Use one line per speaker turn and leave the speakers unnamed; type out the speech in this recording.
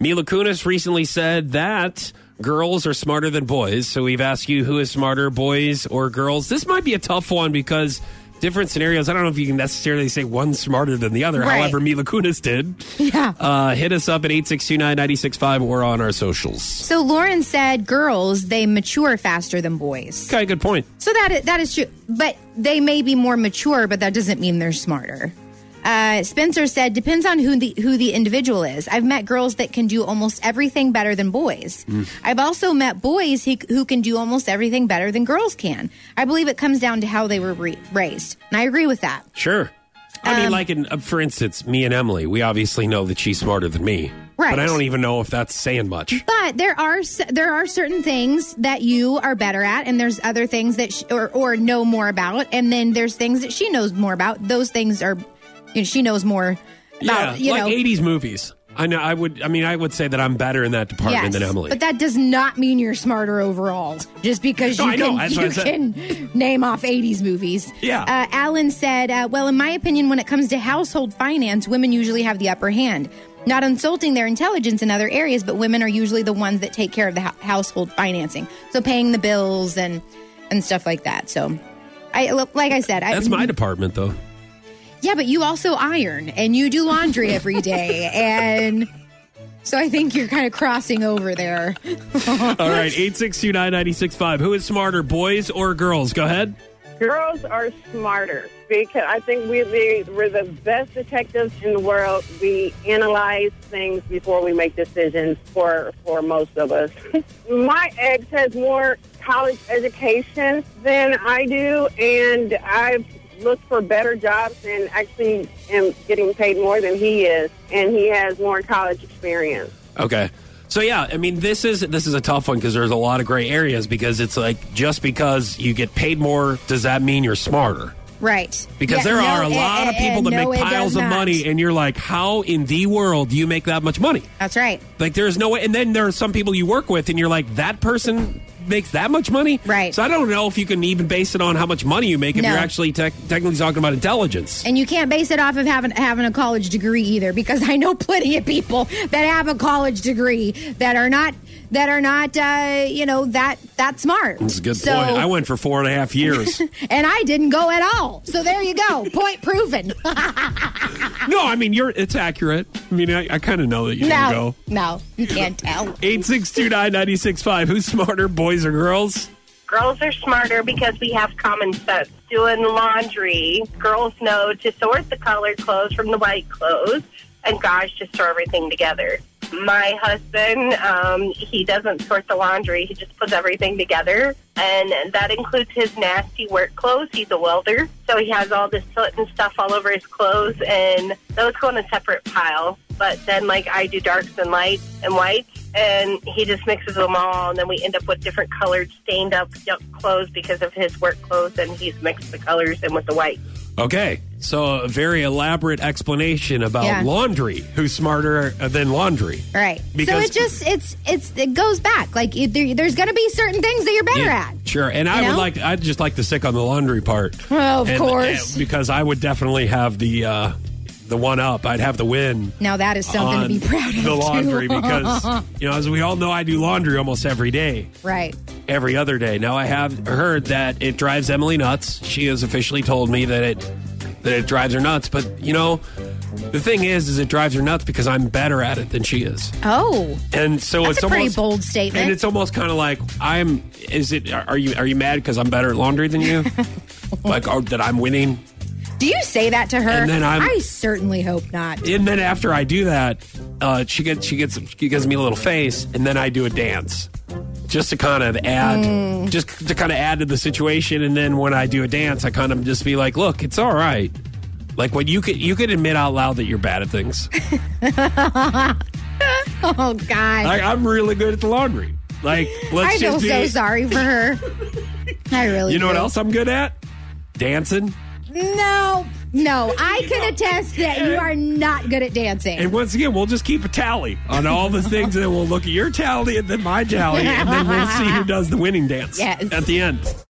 Mila Kunis recently said that girls are smarter than boys. So we've asked you who is smarter, boys or girls. This might be a tough one because different scenarios. I don't know if you can necessarily say one's smarter than the other.
Right.
However, Mila Kunis did.
Yeah.
Uh, hit us up at 862-9965 or on our socials.
So Lauren said girls, they mature faster than boys.
Okay, good point.
So that is, that is true. But they may be more mature, but that doesn't mean they're smarter. Uh, Spencer said, depends on who the who the individual is. I've met girls that can do almost everything better than boys. I've also met boys who, who can do almost everything better than girls can. I believe it comes down to how they were re- raised, and I agree with that.
Sure. I
Um,
mean, like, in, uh, for instance, me and Emily, we obviously know that she's smarter than me.
Right.
But I don't even know if that's saying much.
But there are s- there are certain things that you are better at, and there's other things that sh- or or know more about, and then there's things that she knows more about. Those things are, you know, she knows more about.
yeah,
you
like
know,
80s movies. I know. I would. I mean, I would say that I'm better in that department
yes,
than Emily.
but that does not mean you're smarter overall. Just because
No,
you
I know.
can
That's what I
you
said.
can name off '80s movies.
Yeah.
Uh, Alan said, uh, "Well, in my opinion, when it comes to household finance, women usually have the upper hand." Not insulting their intelligence in other areas, but women are usually the ones that take care of the hou- household financing, so paying the bills and and stuff like that. So, I like I said, I,
that's my department, though.
yeah, but you also iron and you do laundry every day, and so I think you're kind of crossing over there.
All right, eight six two nine ninety six five. Who is smarter, boys or girls? Go ahead.
Girls are smarter because I think we, we, we're the best detectives in the world. We analyze things before we make decisions for, for most of us. My ex has more college education than I do, and I've looked for better jobs and actually am getting paid more than he is, and he has more college experience.
Okay. So yeah, I mean this is this is a tough one because there's a lot of gray areas because it's like just because you get paid more does that mean you're smarter?
Right.
Because
Yeah,
there
no,
are a
eh,
lot of
eh,
people
eh,
that
no,
make
it does
piles of
not.
money and you're like, how in the world do you make that much money?
That's right.
Like there's no way and then there are some people you work with and you're like, that person makes that much money?
Right.
So I don't know if you can even base it on how much money you make if
No.
you're actually tech technically talking about intelligence.
And you can't base it off of having having a college degree either, because I know plenty of people that have a college degree that are not that are not uh, you know that that smart.
That's a good
so,
point. I went for four and a half years.
and I didn't go at all. So there you go. Point proven.
no, I mean you're it's accurate. I mean I, I kinda know that you didn't
no,
go.
no, you can't tell.
862-9965. Who's smarter, boys or girls?
Girls are smarter because we have common sense. Doing laundry, girls know to sort the colored clothes from the white clothes, and guys just throw everything together. My husband, um, he doesn't sort the laundry, he just puts everything together, and that includes his nasty work clothes. He's a welder, so he has all this soot and stuff all over his clothes, and those go in a separate pile. But then, like, I do darks and lights and whites, and he just mixes them all, and then we end up with different colored, stained up yuck clothes because of his work clothes, and he's mixed the colors in with the white.
Okay. So a very elaborate explanation about
Yeah.
laundry. Who's smarter than laundry?
Right.
Because-
so it just it's it's it goes back. Like it, there, there's going to be certain things that you're better at.
Sure. And I
You
would
know?
like I'd just like to stick on the laundry part.
Well, of
And-
course.
and- because I would definitely have the uh the one up. I'd have the win.
Now that is something to
on
be proud of.
the
too.
laundry because you know as we all know I do laundry almost every day.
right.
every other day. Now I have heard that it drives Emily nuts. She has officially told me that it that it drives her nuts. But you know, the thing is, is it drives her nuts because I'm better at it than she is,
Oh,
and so
That's
it's
a pretty
almost
bold statement.
And it's almost kind of like I'm. Is it? Are you? Are you mad because I'm better at laundry than you? like or that I'm winning?
do you say that to her?
And then I'm-
I certainly hope not.
And then after I do that, uh, she gets she gets she gives me a little face, and then I do a dance. Just to kind of add,
Mm.
just to kind of add to the situation, and then when I do a dance, I kind of just be like, "Look, it's all right." Like when you could you could admit out loud that you're bad at things.
Oh God,
like I'm really good at the laundry. Like let's
I feel
just be,
so sorry for her. I really.
You know what
do.
else I'm good at? Dancing.
No, no, I can attest that you are not good at dancing.
And once again, we'll just keep a tally on all the things, and then we'll look at your tally and then my tally, and then we'll see who does the winning dance
Yes.
at the end.